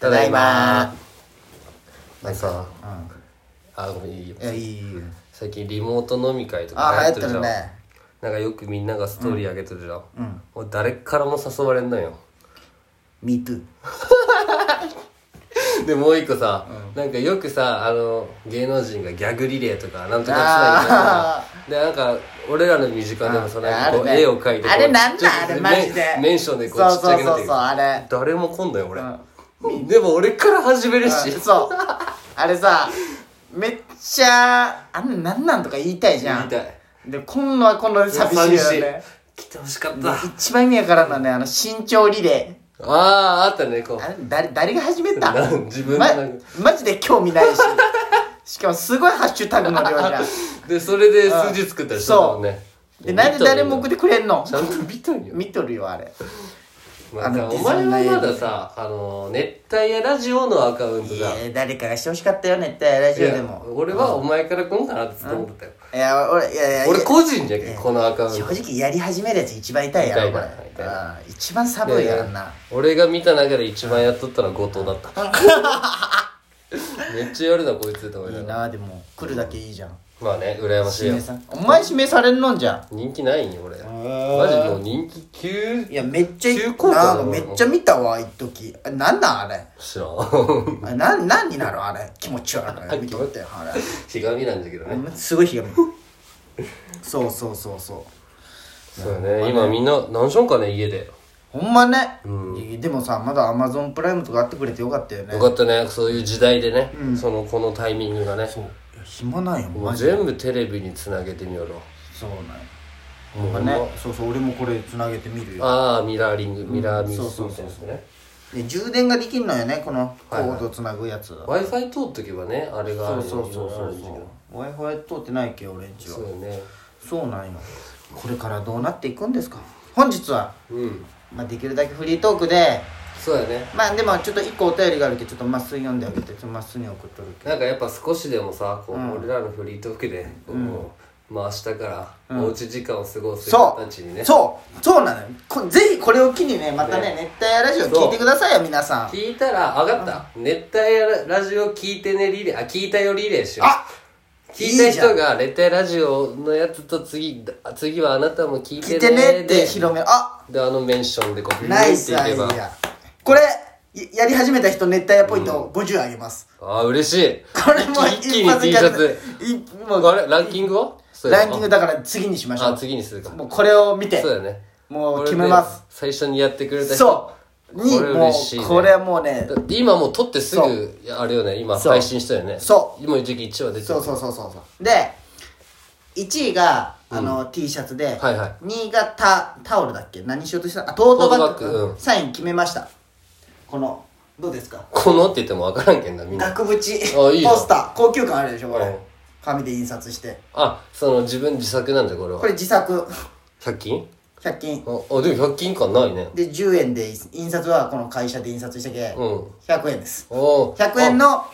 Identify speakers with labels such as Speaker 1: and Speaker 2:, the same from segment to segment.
Speaker 1: ただいま
Speaker 2: なんかさ
Speaker 1: あごめんいいよ
Speaker 2: いやいいよ
Speaker 1: 最近リモート飲み会と
Speaker 2: あ
Speaker 1: か流行っ
Speaker 2: 流行っ
Speaker 1: てて
Speaker 2: る
Speaker 1: るじゃん、
Speaker 2: ね
Speaker 1: なんかよくみんながストーリー上げてるじゃん、
Speaker 2: うん
Speaker 1: もう誰からも誘われんの よ
Speaker 2: Me too
Speaker 1: でもう一個さ、なんかよくさあの芸能人がギャグリレーとかなんとか
Speaker 2: あ
Speaker 1: つなぎとかでなんか俺らの身近でもさ
Speaker 2: あ
Speaker 1: なんかこう
Speaker 2: あるね
Speaker 1: 絵を描いて
Speaker 2: あれなんなん
Speaker 1: ちっちゃく
Speaker 2: あれマジで
Speaker 1: メンメンションでこう
Speaker 2: そう
Speaker 1: ちっちゃくなって
Speaker 2: そうそう
Speaker 1: い
Speaker 2: そうあれ
Speaker 1: 誰も来んのよ俺、でも俺から始めるし、
Speaker 2: そうあれさめっちゃあんなんなんとか言いたいじゃん
Speaker 1: 言いたい
Speaker 2: でこんなこんなで寂しいよね
Speaker 1: 来てほしかった、あ
Speaker 2: 一番意味わからんのはねあの身長リレ
Speaker 1: あーあったねこう
Speaker 2: ーあれ誰誰が始めた
Speaker 1: なん自分で
Speaker 2: ま
Speaker 1: なんか
Speaker 2: マジで興味 ないししかもすごいハッシュタグの量じゃん
Speaker 1: でそれで数字作ったりしてたもんね
Speaker 2: でなんで誰も送ってくれんの
Speaker 1: ちゃんと見たんよ
Speaker 2: 見とるよあれ
Speaker 1: まあ
Speaker 2: あの
Speaker 1: お前はまださあの熱帯夜ラジオのアカウント
Speaker 2: い
Speaker 1: じゃん
Speaker 2: や誰かがしてほしかったよねってラ
Speaker 1: い
Speaker 2: ジオ
Speaker 1: や
Speaker 2: でも
Speaker 1: 俺はお前から来んかなってずっと思ってたよ
Speaker 2: いや俺いやいや
Speaker 1: 俺個人じゃけんこのアカウント
Speaker 2: 正直やり始めるやつ一番痛いやろこ
Speaker 1: 痛い
Speaker 2: れ
Speaker 1: な痛いな
Speaker 2: うん一番寒いやろな
Speaker 1: 俺が見た中で一番やっとったのは後藤だった めっちゃやるなこいつって思い
Speaker 2: い
Speaker 1: ないがら
Speaker 2: なでも来るだけいいじゃん
Speaker 1: まあね羨ましい
Speaker 2: 指
Speaker 1: よ
Speaker 2: 名さんお前指名されんのんじゃん
Speaker 1: 人気ないんよ俺マ
Speaker 2: ー
Speaker 1: ジもう人気急
Speaker 2: いやめっちゃい
Speaker 1: 急降下だ
Speaker 2: なん
Speaker 1: な
Speaker 2: かめっちゃ見たわ一時あなんなんあれ
Speaker 1: 知らん
Speaker 2: あれなんなんになるあれ気持ち 悪い見とってよあれ
Speaker 1: ひがみなんだけどね
Speaker 2: うんすごいひがみそうそうそうそう
Speaker 1: そうやね今みんな何しょんかね家で
Speaker 2: ほんまね、いやでもさまだアマゾンプライムとかあってくれてよかったよね
Speaker 1: よかったねそういう時代でね、そのこのタイミングがね
Speaker 2: いや暇ないよ
Speaker 1: も
Speaker 2: マ
Speaker 1: う
Speaker 2: ジ
Speaker 1: 全部テレビにつなげてみようろ
Speaker 2: そうなん
Speaker 1: も
Speaker 2: よ
Speaker 1: う
Speaker 2: ほ
Speaker 1: ほん
Speaker 2: んま
Speaker 1: ま
Speaker 2: ねそうそう俺もこれつなげてみるよ
Speaker 1: ああミラーリングミラーミスみ
Speaker 2: そうそう
Speaker 1: たいなやつね
Speaker 2: で充電ができんのよねこのコードつなぐやつ、
Speaker 1: w i f i 通っとけばねあれがあ
Speaker 2: そう
Speaker 1: る
Speaker 2: そうそうそ
Speaker 1: い
Speaker 2: う
Speaker 1: ろいろあるんだけど
Speaker 2: そう w i f i 通ってないっけ俺んちは
Speaker 1: そうよね
Speaker 2: そうなんよこれからどうなっていくんですか本日は、
Speaker 1: うん
Speaker 2: まあ、できるだけフリートークで
Speaker 1: そうやね
Speaker 2: まあでもちょっと一個お便りがあるけどちょっとまっすぐ読んであげてちょっとまっすぐに送っとるけ
Speaker 1: なんかやっぱ少しでもさこう、俺らのフリートークでこう、まあ明日からおうち時間を過ごす人
Speaker 2: そ
Speaker 1: たちにね、
Speaker 2: うそうそうなのよこぜひこれを機にねまたね熱帯夜ラジオ聞いてくださいよ皆さん
Speaker 1: 聞いたら分かった、熱帯夜ラジオ聞いてねリレーあ聞いたよリレーしよう
Speaker 2: あ
Speaker 1: 聞いた人が熱帯ラジオのやつと次だ次はあなたも聞い
Speaker 2: 聞
Speaker 1: て
Speaker 2: いてね
Speaker 1: ねで
Speaker 2: って広めるあ
Speaker 1: であのメンションでこう
Speaker 2: ナイス
Speaker 1: ビュー
Speaker 2: ア
Speaker 1: って
Speaker 2: イ
Speaker 1: い
Speaker 2: デ
Speaker 1: けば
Speaker 2: アこれややり始めた人熱帯夜ポイント50あげます、
Speaker 1: ああ嬉しい
Speaker 2: これも
Speaker 1: 一気に T シャツ
Speaker 2: 一もう
Speaker 1: あれランキングをそういえば
Speaker 2: ランキングだから次にしましょ
Speaker 1: あ
Speaker 2: う
Speaker 1: 次にするか
Speaker 2: もうこれを見て
Speaker 1: そうだよね
Speaker 2: もう決めます
Speaker 1: これで最初にやってくれた人
Speaker 2: そうに
Speaker 1: これ
Speaker 2: も
Speaker 1: 嬉しい、ね、
Speaker 2: うこれはもうね
Speaker 1: だって今もう撮ってす
Speaker 2: そ
Speaker 1: ぐいやあれよね今
Speaker 2: そう
Speaker 1: 配信したよね
Speaker 2: そう
Speaker 1: 今一時期1話出てる
Speaker 2: そうそうそうそうそうで1位があの、T シャツで、
Speaker 1: はいはい
Speaker 2: 新潟タオルだっけ何しようとしたあトートバッグ
Speaker 1: トートバッグうん
Speaker 2: サイン決めましたこのどうですか
Speaker 1: このって言っても分からんけんなみんな
Speaker 2: 額縁ポ
Speaker 1: あいいじゃん
Speaker 2: スター高級感あるでしょこれ、
Speaker 1: うん
Speaker 2: 紙で印刷して
Speaker 1: あその自分自作なんだこれは
Speaker 2: これ自作
Speaker 1: 100均
Speaker 2: 100均
Speaker 1: ああでも100均感ないね
Speaker 2: で10円で印刷はこの会社で印刷したけ、
Speaker 1: うん
Speaker 2: 100円です
Speaker 1: おお
Speaker 2: 100円の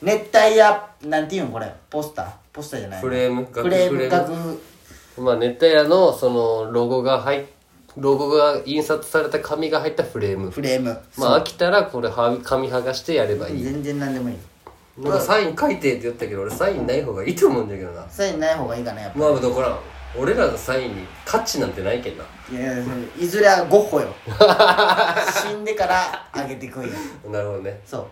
Speaker 2: 熱帯夜なんていうのこれポスターポスターじゃない
Speaker 1: フレーム
Speaker 2: フレーム
Speaker 1: 額
Speaker 2: 額
Speaker 1: まあ熱帯夜のそのロゴが入っロゴが印刷された紙が入ったフレーム
Speaker 2: フレーム
Speaker 1: まあ飽きたらこれは紙剥がしてやればいい
Speaker 2: 全然何でもいい
Speaker 1: なんかサイン書いてって言ったけど俺サインない方がいいと思うんだけどな
Speaker 2: サインない方がいいかなやっぱ
Speaker 1: まあだから俺らのサインに価値なんてないけんない
Speaker 2: やいやいずれはゴッ ホよ死んでからあげてこいよ
Speaker 1: なるほどね
Speaker 2: そ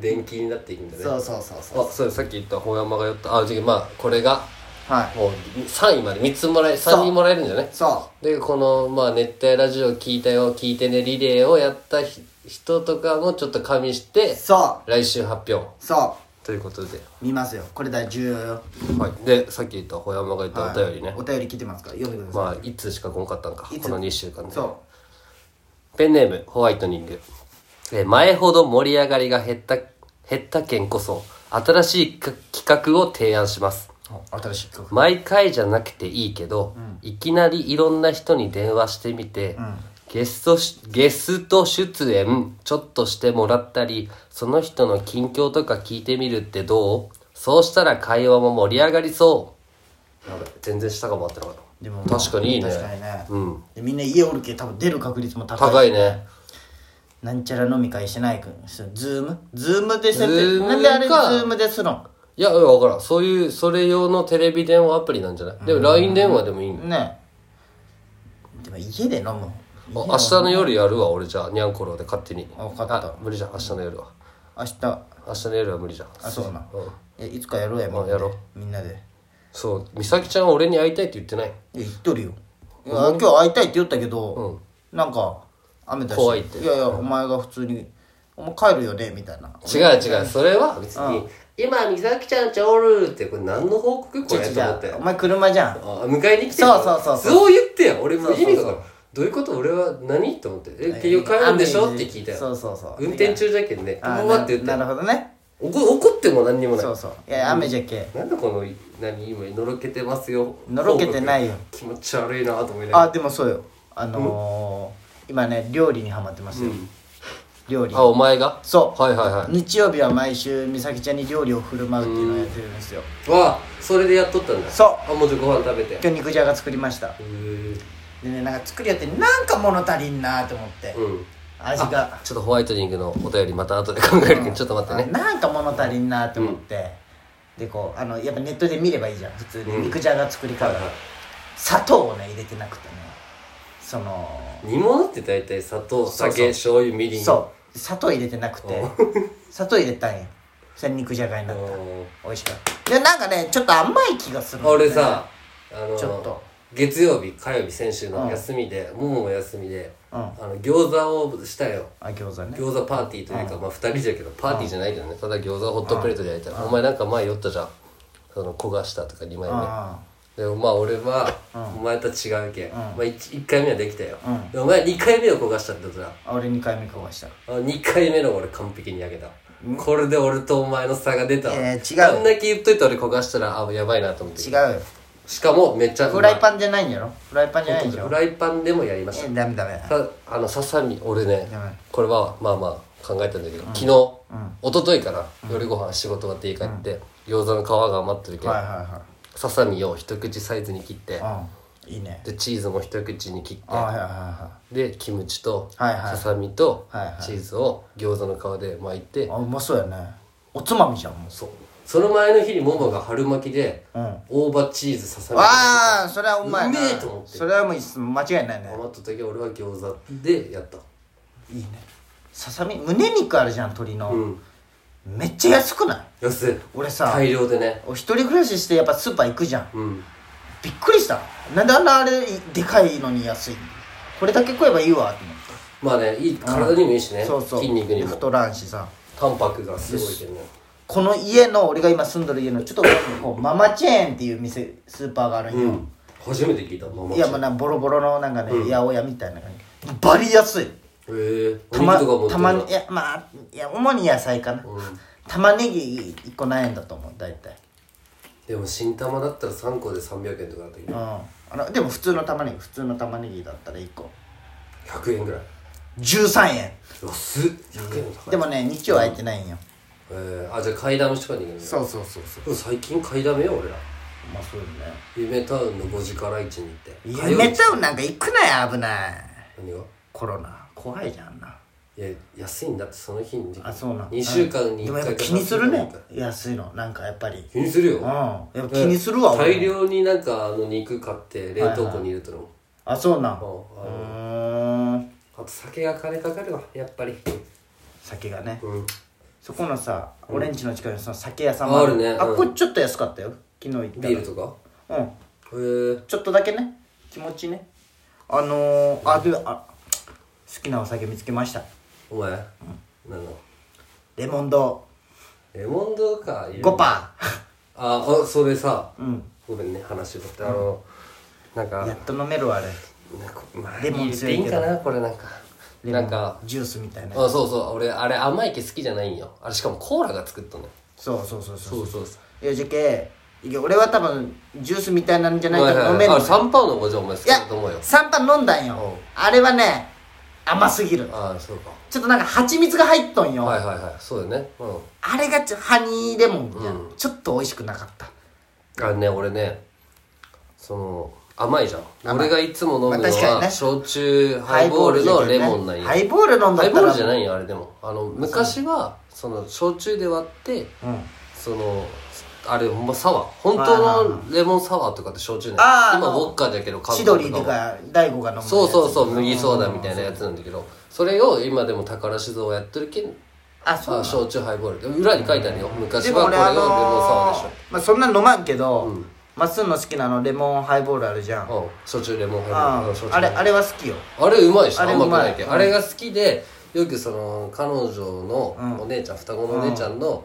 Speaker 1: 電気になっていくんだ
Speaker 2: う
Speaker 1: ね
Speaker 2: そうそうそうそう
Speaker 1: あそうさっき言った本山が言ったあ違うまあこれが
Speaker 2: はい
Speaker 1: もう3位まで3つもらえ3人もらえるんじゃない
Speaker 2: そ
Speaker 1: でこの、まあ、熱帯ラジオ聞いたよ聞いてねリレーをやったひ人とかもちょっと加味して
Speaker 2: うそ
Speaker 1: 来週発表
Speaker 2: うそ
Speaker 1: ということで、
Speaker 2: う見ますよこれ大重要よ
Speaker 1: はい、でさっき言った小山が言ったお便りね、
Speaker 2: お便り来てますから読んでください、
Speaker 1: まあ1通しか来んかったんか
Speaker 2: いつ
Speaker 1: この2週間で
Speaker 2: そ
Speaker 1: ペンネームホワイトニングえー前ほど盛り上がりが減った減った件こそ新しいか企画を提案します
Speaker 2: う新しい曲
Speaker 1: 毎回じゃなくていいけど、いきなりいろんな人に電話してみて、ゲストしゲスト出演ちょっとしてもらったりその人の近況とか聞いてみるってどうそうしたら会話も盛り上がりそうやべ全然下が回ってなかった
Speaker 2: でも
Speaker 1: 確かにいいね
Speaker 2: 確かにね、
Speaker 1: うん
Speaker 2: でみんな家おるけ多分出る確率も高い
Speaker 1: 高いね
Speaker 2: なんちゃら飲み会しないくんすズームズームで
Speaker 1: ズ
Speaker 2: 設
Speaker 1: ー
Speaker 2: 定
Speaker 1: ム
Speaker 2: なんであれズ
Speaker 1: か
Speaker 2: ームですのん
Speaker 1: いや、わからん。そういう、それ用のテレビ電話アプリなんじゃないでも LINE 電話でもいいの
Speaker 2: ねえでも家で飲む
Speaker 1: あ明日の夜やるわ、俺じゃあ、にゃんころで勝手に。
Speaker 2: あ分かった
Speaker 1: あ無理じゃん、明日の夜は。
Speaker 2: 明日
Speaker 1: 明日の夜は無理じゃん。
Speaker 2: あそうな、
Speaker 1: うん
Speaker 2: えいつかやろうやも
Speaker 1: あやろ
Speaker 2: みんなでいや
Speaker 1: そう、美咲ちゃんは俺に会いたいって言ってない。
Speaker 2: 言っとるよいや今日会いたいって言ったけど、なんか雨だし
Speaker 1: 怖いって
Speaker 2: やいやお前が普通に「お前帰るよね」みたいな
Speaker 1: 違う違う、それは別に、今、美咲ちゃんちおるって、これ何の報告これと思って
Speaker 2: 違う。お前車じゃん
Speaker 1: あ迎えに来て
Speaker 2: そうそうそうそう
Speaker 1: そう言ってよ俺も
Speaker 2: そうそう
Speaker 1: 意
Speaker 2: そ
Speaker 1: 味が
Speaker 2: う
Speaker 1: 分からんどういうこと俺は何と思ってえ結局帰るんでしょって聞いた
Speaker 2: そ
Speaker 1: よ
Speaker 2: うそうそう
Speaker 1: 運転中じゃけんね
Speaker 2: あ
Speaker 1: こ
Speaker 2: ー
Speaker 1: こはって言って
Speaker 2: ななるほどね
Speaker 1: 怒怒っても何にもない
Speaker 2: そうそういや雨じゃけ
Speaker 1: なんでこの何今のろけてますよ
Speaker 2: のろけてないよ
Speaker 1: 気持ち悪いなと思いなが
Speaker 2: あでもそうよあのー今ね料理にハマってますよ料理
Speaker 1: らあお前が
Speaker 2: そう
Speaker 1: はいはいは
Speaker 2: 日曜日は毎週美咲ちゃんに料理を振る舞うっていうのをやってるんですよ
Speaker 1: いわあそれでやっとったんだ
Speaker 2: そう
Speaker 1: あもうちょいご飯食べて
Speaker 2: 今日肉じゃが作りました
Speaker 1: うーん
Speaker 2: でねなんか作りやってなんか物足りんなと思って、
Speaker 1: うん
Speaker 2: 味が
Speaker 1: ちょっとホワイトニングのお便りまた後で考えるけどちょっと待ってね
Speaker 2: なんか物足りんなと思って、でこうあのやっぱネットで見ればいいじゃん普通に肉じゃが作り方、
Speaker 1: はいはい
Speaker 2: 砂糖をね入れてなくてねその
Speaker 1: 煮物って大体砂糖
Speaker 2: そうそう
Speaker 1: 酒醤油みりん
Speaker 2: そう砂糖入れてなくて 砂糖入れたんやそれ肉じゃがになった
Speaker 1: うん
Speaker 2: 美味しかったでなんかねちょっと甘い気がするのね
Speaker 1: 俺さ、あの
Speaker 2: ちょっと
Speaker 1: 月曜日火曜日先週の休みで、ももも休みで、
Speaker 2: うん
Speaker 1: あの餃子をしたよ
Speaker 2: あ餃子ね
Speaker 1: 餃子パーティーというか、まあ2人じゃけどパーティーじゃないけどね、ただ餃子をホットプレートで焼いたら、お前なんか前酔ったじゃんその焦がしたとか2枚目、
Speaker 2: あ
Speaker 1: でもまあ俺は、お前と違うけ、んまあ、1, 回目はできたよ、
Speaker 2: うん
Speaker 1: でお前2回目を焦がしたってことだ
Speaker 2: あ俺2回目焦がした
Speaker 1: 2回目の俺完璧に焼けた、これで俺とお前の差が出たわ、
Speaker 2: えー違う
Speaker 1: あんだけ言っといて俺焦がしたらあやばいなと思って
Speaker 2: 違うよ
Speaker 1: しかもめっちゃうま
Speaker 2: フ
Speaker 1: い
Speaker 2: ライパンじゃないんやろフライパンじゃないんでしょ
Speaker 1: フライパンでもやりまし
Speaker 2: えダメダメ
Speaker 1: たさあのささみ俺ね
Speaker 2: やばい
Speaker 1: これはまあまあ考えたんだけど、昨日、一昨日から夜ご飯仕事終わって家帰って、餃子の皮が余ってるけど、
Speaker 2: はいは
Speaker 1: ささみを一口サイズに切って
Speaker 2: いはいうんいいね
Speaker 1: でチーズも一口に切って
Speaker 2: あはいはいは
Speaker 1: でキムチと
Speaker 2: はいは
Speaker 1: さ
Speaker 2: い
Speaker 1: さみと
Speaker 2: はいはい
Speaker 1: チーズを餃子の皮で巻いて、
Speaker 2: いあうまそうやねおつまみじゃんもう
Speaker 1: そうその前の日にももが春巻きで、
Speaker 2: うん
Speaker 1: 大葉チーズささみ
Speaker 2: わあそれはうまいな
Speaker 1: うめえと思って
Speaker 2: それはもういいっす間違いないね
Speaker 1: 余った時は俺は餃子でやった
Speaker 2: いいねささみ胸肉あるじゃん鶏の、
Speaker 1: うん
Speaker 2: めっちゃ安くない
Speaker 1: 安い
Speaker 2: 俺さ
Speaker 1: 大量でね
Speaker 2: お一人暮らししてやっぱスーパー行くじゃん
Speaker 1: うん
Speaker 2: びっくりしたなんであんなあれでかいのに安いこれだけ食えばいいわって思って
Speaker 1: まあねいい体にもいいしね、
Speaker 2: そうそう
Speaker 1: 筋肉にも
Speaker 2: 太らんしさ
Speaker 1: タンパクがすごいけどね
Speaker 2: この家の俺が今住んどる家のちょっと奥にこうママチェーンっていう店スーパーがあるんよ、
Speaker 1: うん初めて聞いたママ
Speaker 2: いやもう
Speaker 1: へ
Speaker 2: なボロボロのなんかね、八百屋みたいな感じバリ安い
Speaker 1: えお
Speaker 2: た
Speaker 1: 肉
Speaker 2: ま
Speaker 1: とかも
Speaker 2: たまにいやまあいや主に野菜かな、玉ねぎ1個何円だと思う大体
Speaker 1: でも新玉だったら3個で300円とかだったけ
Speaker 2: うん
Speaker 1: ど
Speaker 2: あのでも普通の玉ねぎ普通の玉ねぎだったら1個
Speaker 1: 100円ぐらい
Speaker 2: 13円
Speaker 1: 安っ100円も高い
Speaker 2: でもね日曜空いてないんよ
Speaker 1: えー、あじゃあ買いだめしかに行けない
Speaker 2: そうそうそうそう
Speaker 1: でも最近買いだめよ俺ら
Speaker 2: まあそうよね
Speaker 1: 夢タウンの5時から1に行って
Speaker 2: 夢
Speaker 1: ウン
Speaker 2: タウンなんか行くなよ危ない
Speaker 1: 何が
Speaker 2: コロナ怖いじゃんあんない
Speaker 1: や安いんだってその日に
Speaker 2: あそうなん
Speaker 1: 2週間に
Speaker 2: で
Speaker 1: 1
Speaker 2: も
Speaker 1: 回
Speaker 2: やっぱ気にするね安いのなんかやっぱり
Speaker 1: 気にするよ
Speaker 2: うんやっぱ気にするわ俺
Speaker 1: 大量になんかあの肉買って冷凍庫に入れとるもん、
Speaker 2: あそうなんう
Speaker 1: ああ
Speaker 2: ーん
Speaker 1: あと酒が金かかるわやっぱり
Speaker 2: 酒がね
Speaker 1: うん
Speaker 2: そこのさ俺んちの近くにその酒屋さんも
Speaker 1: あるね
Speaker 2: あ
Speaker 1: うん
Speaker 2: これちょっと安かったよ昨日行った
Speaker 1: ビールとか
Speaker 2: らうん
Speaker 1: へえ
Speaker 2: ちょっとだけね気持ちねあのー、あであ好きなお酒見つけました
Speaker 1: お前、なんだ
Speaker 2: レモンド
Speaker 1: レモンドか
Speaker 2: 5パ
Speaker 1: ああそれさ、
Speaker 2: ん
Speaker 1: ごめんね話をってあの、なんか
Speaker 2: ーや っと飲めるわあれ
Speaker 1: なんかまあ
Speaker 2: レモン
Speaker 1: いい
Speaker 2: 強いけど
Speaker 1: いいかなこれなんか
Speaker 2: レモン
Speaker 1: なんか
Speaker 2: ジュースみたいな
Speaker 1: あそうそう俺あれ甘い系好きじゃないんよあれしかもコーラが作ったの
Speaker 2: そうそうそうそ
Speaker 1: そ
Speaker 2: う
Speaker 1: うそうそう
Speaker 2: いやじゃけいや俺は多分ジュースみたいなんじゃない
Speaker 1: はい
Speaker 2: と
Speaker 1: はい
Speaker 2: 飲める
Speaker 1: あ
Speaker 2: の
Speaker 1: れサンパウのご嬢お前好き
Speaker 2: いや
Speaker 1: だと思うよ
Speaker 2: 3パン飲んだんよあれはね甘すぎる
Speaker 1: ああそうか
Speaker 2: ちょっとなんか蜂蜜が入っとんよ、
Speaker 1: はいはいはいそうだよねうん
Speaker 2: あれがちょハニーレモンみたいな、
Speaker 1: う
Speaker 2: ちょっと美味しくなかった
Speaker 1: あのね俺ねその甘いじゃん
Speaker 2: 甘
Speaker 1: 俺
Speaker 2: い
Speaker 1: がいつも飲むの
Speaker 2: まあ確か
Speaker 1: は、
Speaker 2: にね
Speaker 1: 焼酎ハイボールのレモンなんや
Speaker 2: ハイボール飲んだったら
Speaker 1: ハイボールじゃないいよあれでもあの昔はその焼酎で割って
Speaker 2: うん
Speaker 1: そのあれほんまサワー本当のレモンサワーとかって焼酎なんや
Speaker 2: あー
Speaker 1: 今
Speaker 2: あの
Speaker 1: ウォッカだけど缶
Speaker 2: 千
Speaker 1: とか
Speaker 2: 鳥とか大悟が飲むやつ
Speaker 1: そうそうそう麦ソーダみたいなやつなんだけどそれを今でも宝酒造はやってるけん
Speaker 2: あそう
Speaker 1: あ
Speaker 2: なの
Speaker 1: 焼酎ハイボールで裏に書いてあるよ昔
Speaker 2: でも
Speaker 1: はこれ
Speaker 2: 俺
Speaker 1: をレ
Speaker 2: あ
Speaker 1: モンサワーでし
Speaker 2: の
Speaker 1: ょ
Speaker 2: ーまあそんな飲まんけど
Speaker 1: うん
Speaker 2: まっすんの好きなあのレモンハイボールあるじゃん
Speaker 1: うん焼酎レモンハイボール
Speaker 2: あ
Speaker 1: うん焼酎
Speaker 2: あれ
Speaker 1: ハイボール
Speaker 2: あれは好きよ
Speaker 1: あれうまいし
Speaker 2: あれ
Speaker 1: 甘くないけど
Speaker 2: うまい
Speaker 1: あれが好きでよくその彼女
Speaker 2: うん
Speaker 1: のお姉ちゃん双子のお姉ちゃんの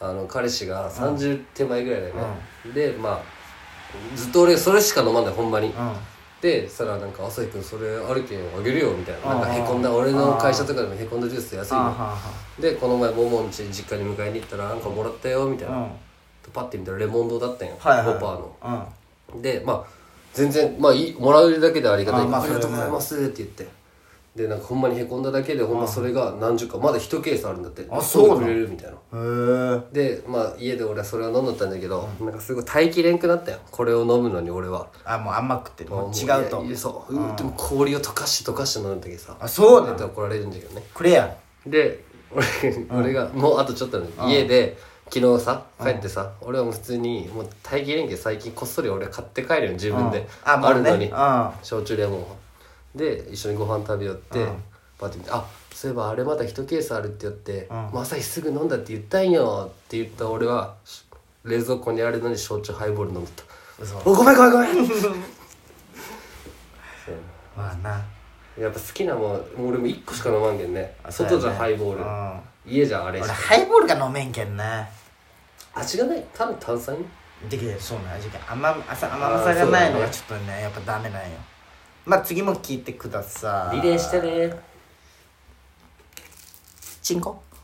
Speaker 1: あの彼氏が30手前ぐらいだよねでまあずっと俺それしか飲まんないほんまに
Speaker 2: うん
Speaker 1: でそしたらなんか「朝日君それあるけんあげるよ」みたいななん
Speaker 2: う
Speaker 1: か
Speaker 2: ん
Speaker 1: へこんだ俺の会社とかでもへこんだジュース安い
Speaker 2: あは
Speaker 1: のでこの前ももんち実家に迎えに行ったら「なんかもらったよ」みたい
Speaker 2: あはあ
Speaker 1: なパッて見たらレモンドだったんよ
Speaker 2: はいはい
Speaker 1: 5%の
Speaker 2: うんうん
Speaker 1: でまあ全然まあいいもらえるだけでありがたい
Speaker 2: あ
Speaker 1: あ,、
Speaker 2: まあ
Speaker 1: りがとうございますって言ってでなんかほんまにへこんだだけでほんまそれが何十かまだ一ケースあるんだって
Speaker 2: あそう
Speaker 1: 飲んで
Speaker 2: なの
Speaker 1: くれるみたいな
Speaker 2: へー
Speaker 1: でまあ家で俺はそれを飲んだったんだけど、なんかすごい耐えきれんくなったよこれを飲むのに俺は
Speaker 2: あもう甘くてもう違うと
Speaker 1: いやいやそう、うんでも氷を溶かして溶かして飲んだけどさ
Speaker 2: あそうな
Speaker 1: って
Speaker 2: の
Speaker 1: 怒られるんだけどね
Speaker 2: くれや
Speaker 1: で俺,、俺がもうあとちょっとなんで家で昨日さ帰ってさ、俺はもう普通にもう待機連携最近こっそり俺買って帰るよ自分で、
Speaker 2: うんあも
Speaker 1: あ
Speaker 2: う
Speaker 1: る
Speaker 2: ね
Speaker 1: のに、
Speaker 2: うんあ
Speaker 1: 焼酎レモンをで一緒にご飯食べよって、パッて見て「あそういえばあれまだ一ケースある」って言って「
Speaker 2: うん
Speaker 1: もう朝日すぐ飲んだって言ったんよ」って言った俺はし冷蔵庫にあるのに焼酎ハイボール飲んでた
Speaker 2: 嘘
Speaker 1: 「おごめんごめんごめん」そう
Speaker 2: まあな
Speaker 1: やっぱ好きなもんもう俺も1個しか飲まんけんね
Speaker 2: あそうやね
Speaker 1: 外じゃハイボール、
Speaker 2: うん
Speaker 1: 家じゃあれし
Speaker 2: 俺
Speaker 1: か
Speaker 2: ハイボールが飲めんけんな
Speaker 1: 味がない多分炭酸よ
Speaker 2: でけどそうなん味が甘朝甘さがないのが
Speaker 1: あー
Speaker 2: ちょっとねやっぱダメなんよまあ次も聞いてください
Speaker 1: リレーしてね
Speaker 2: チンコ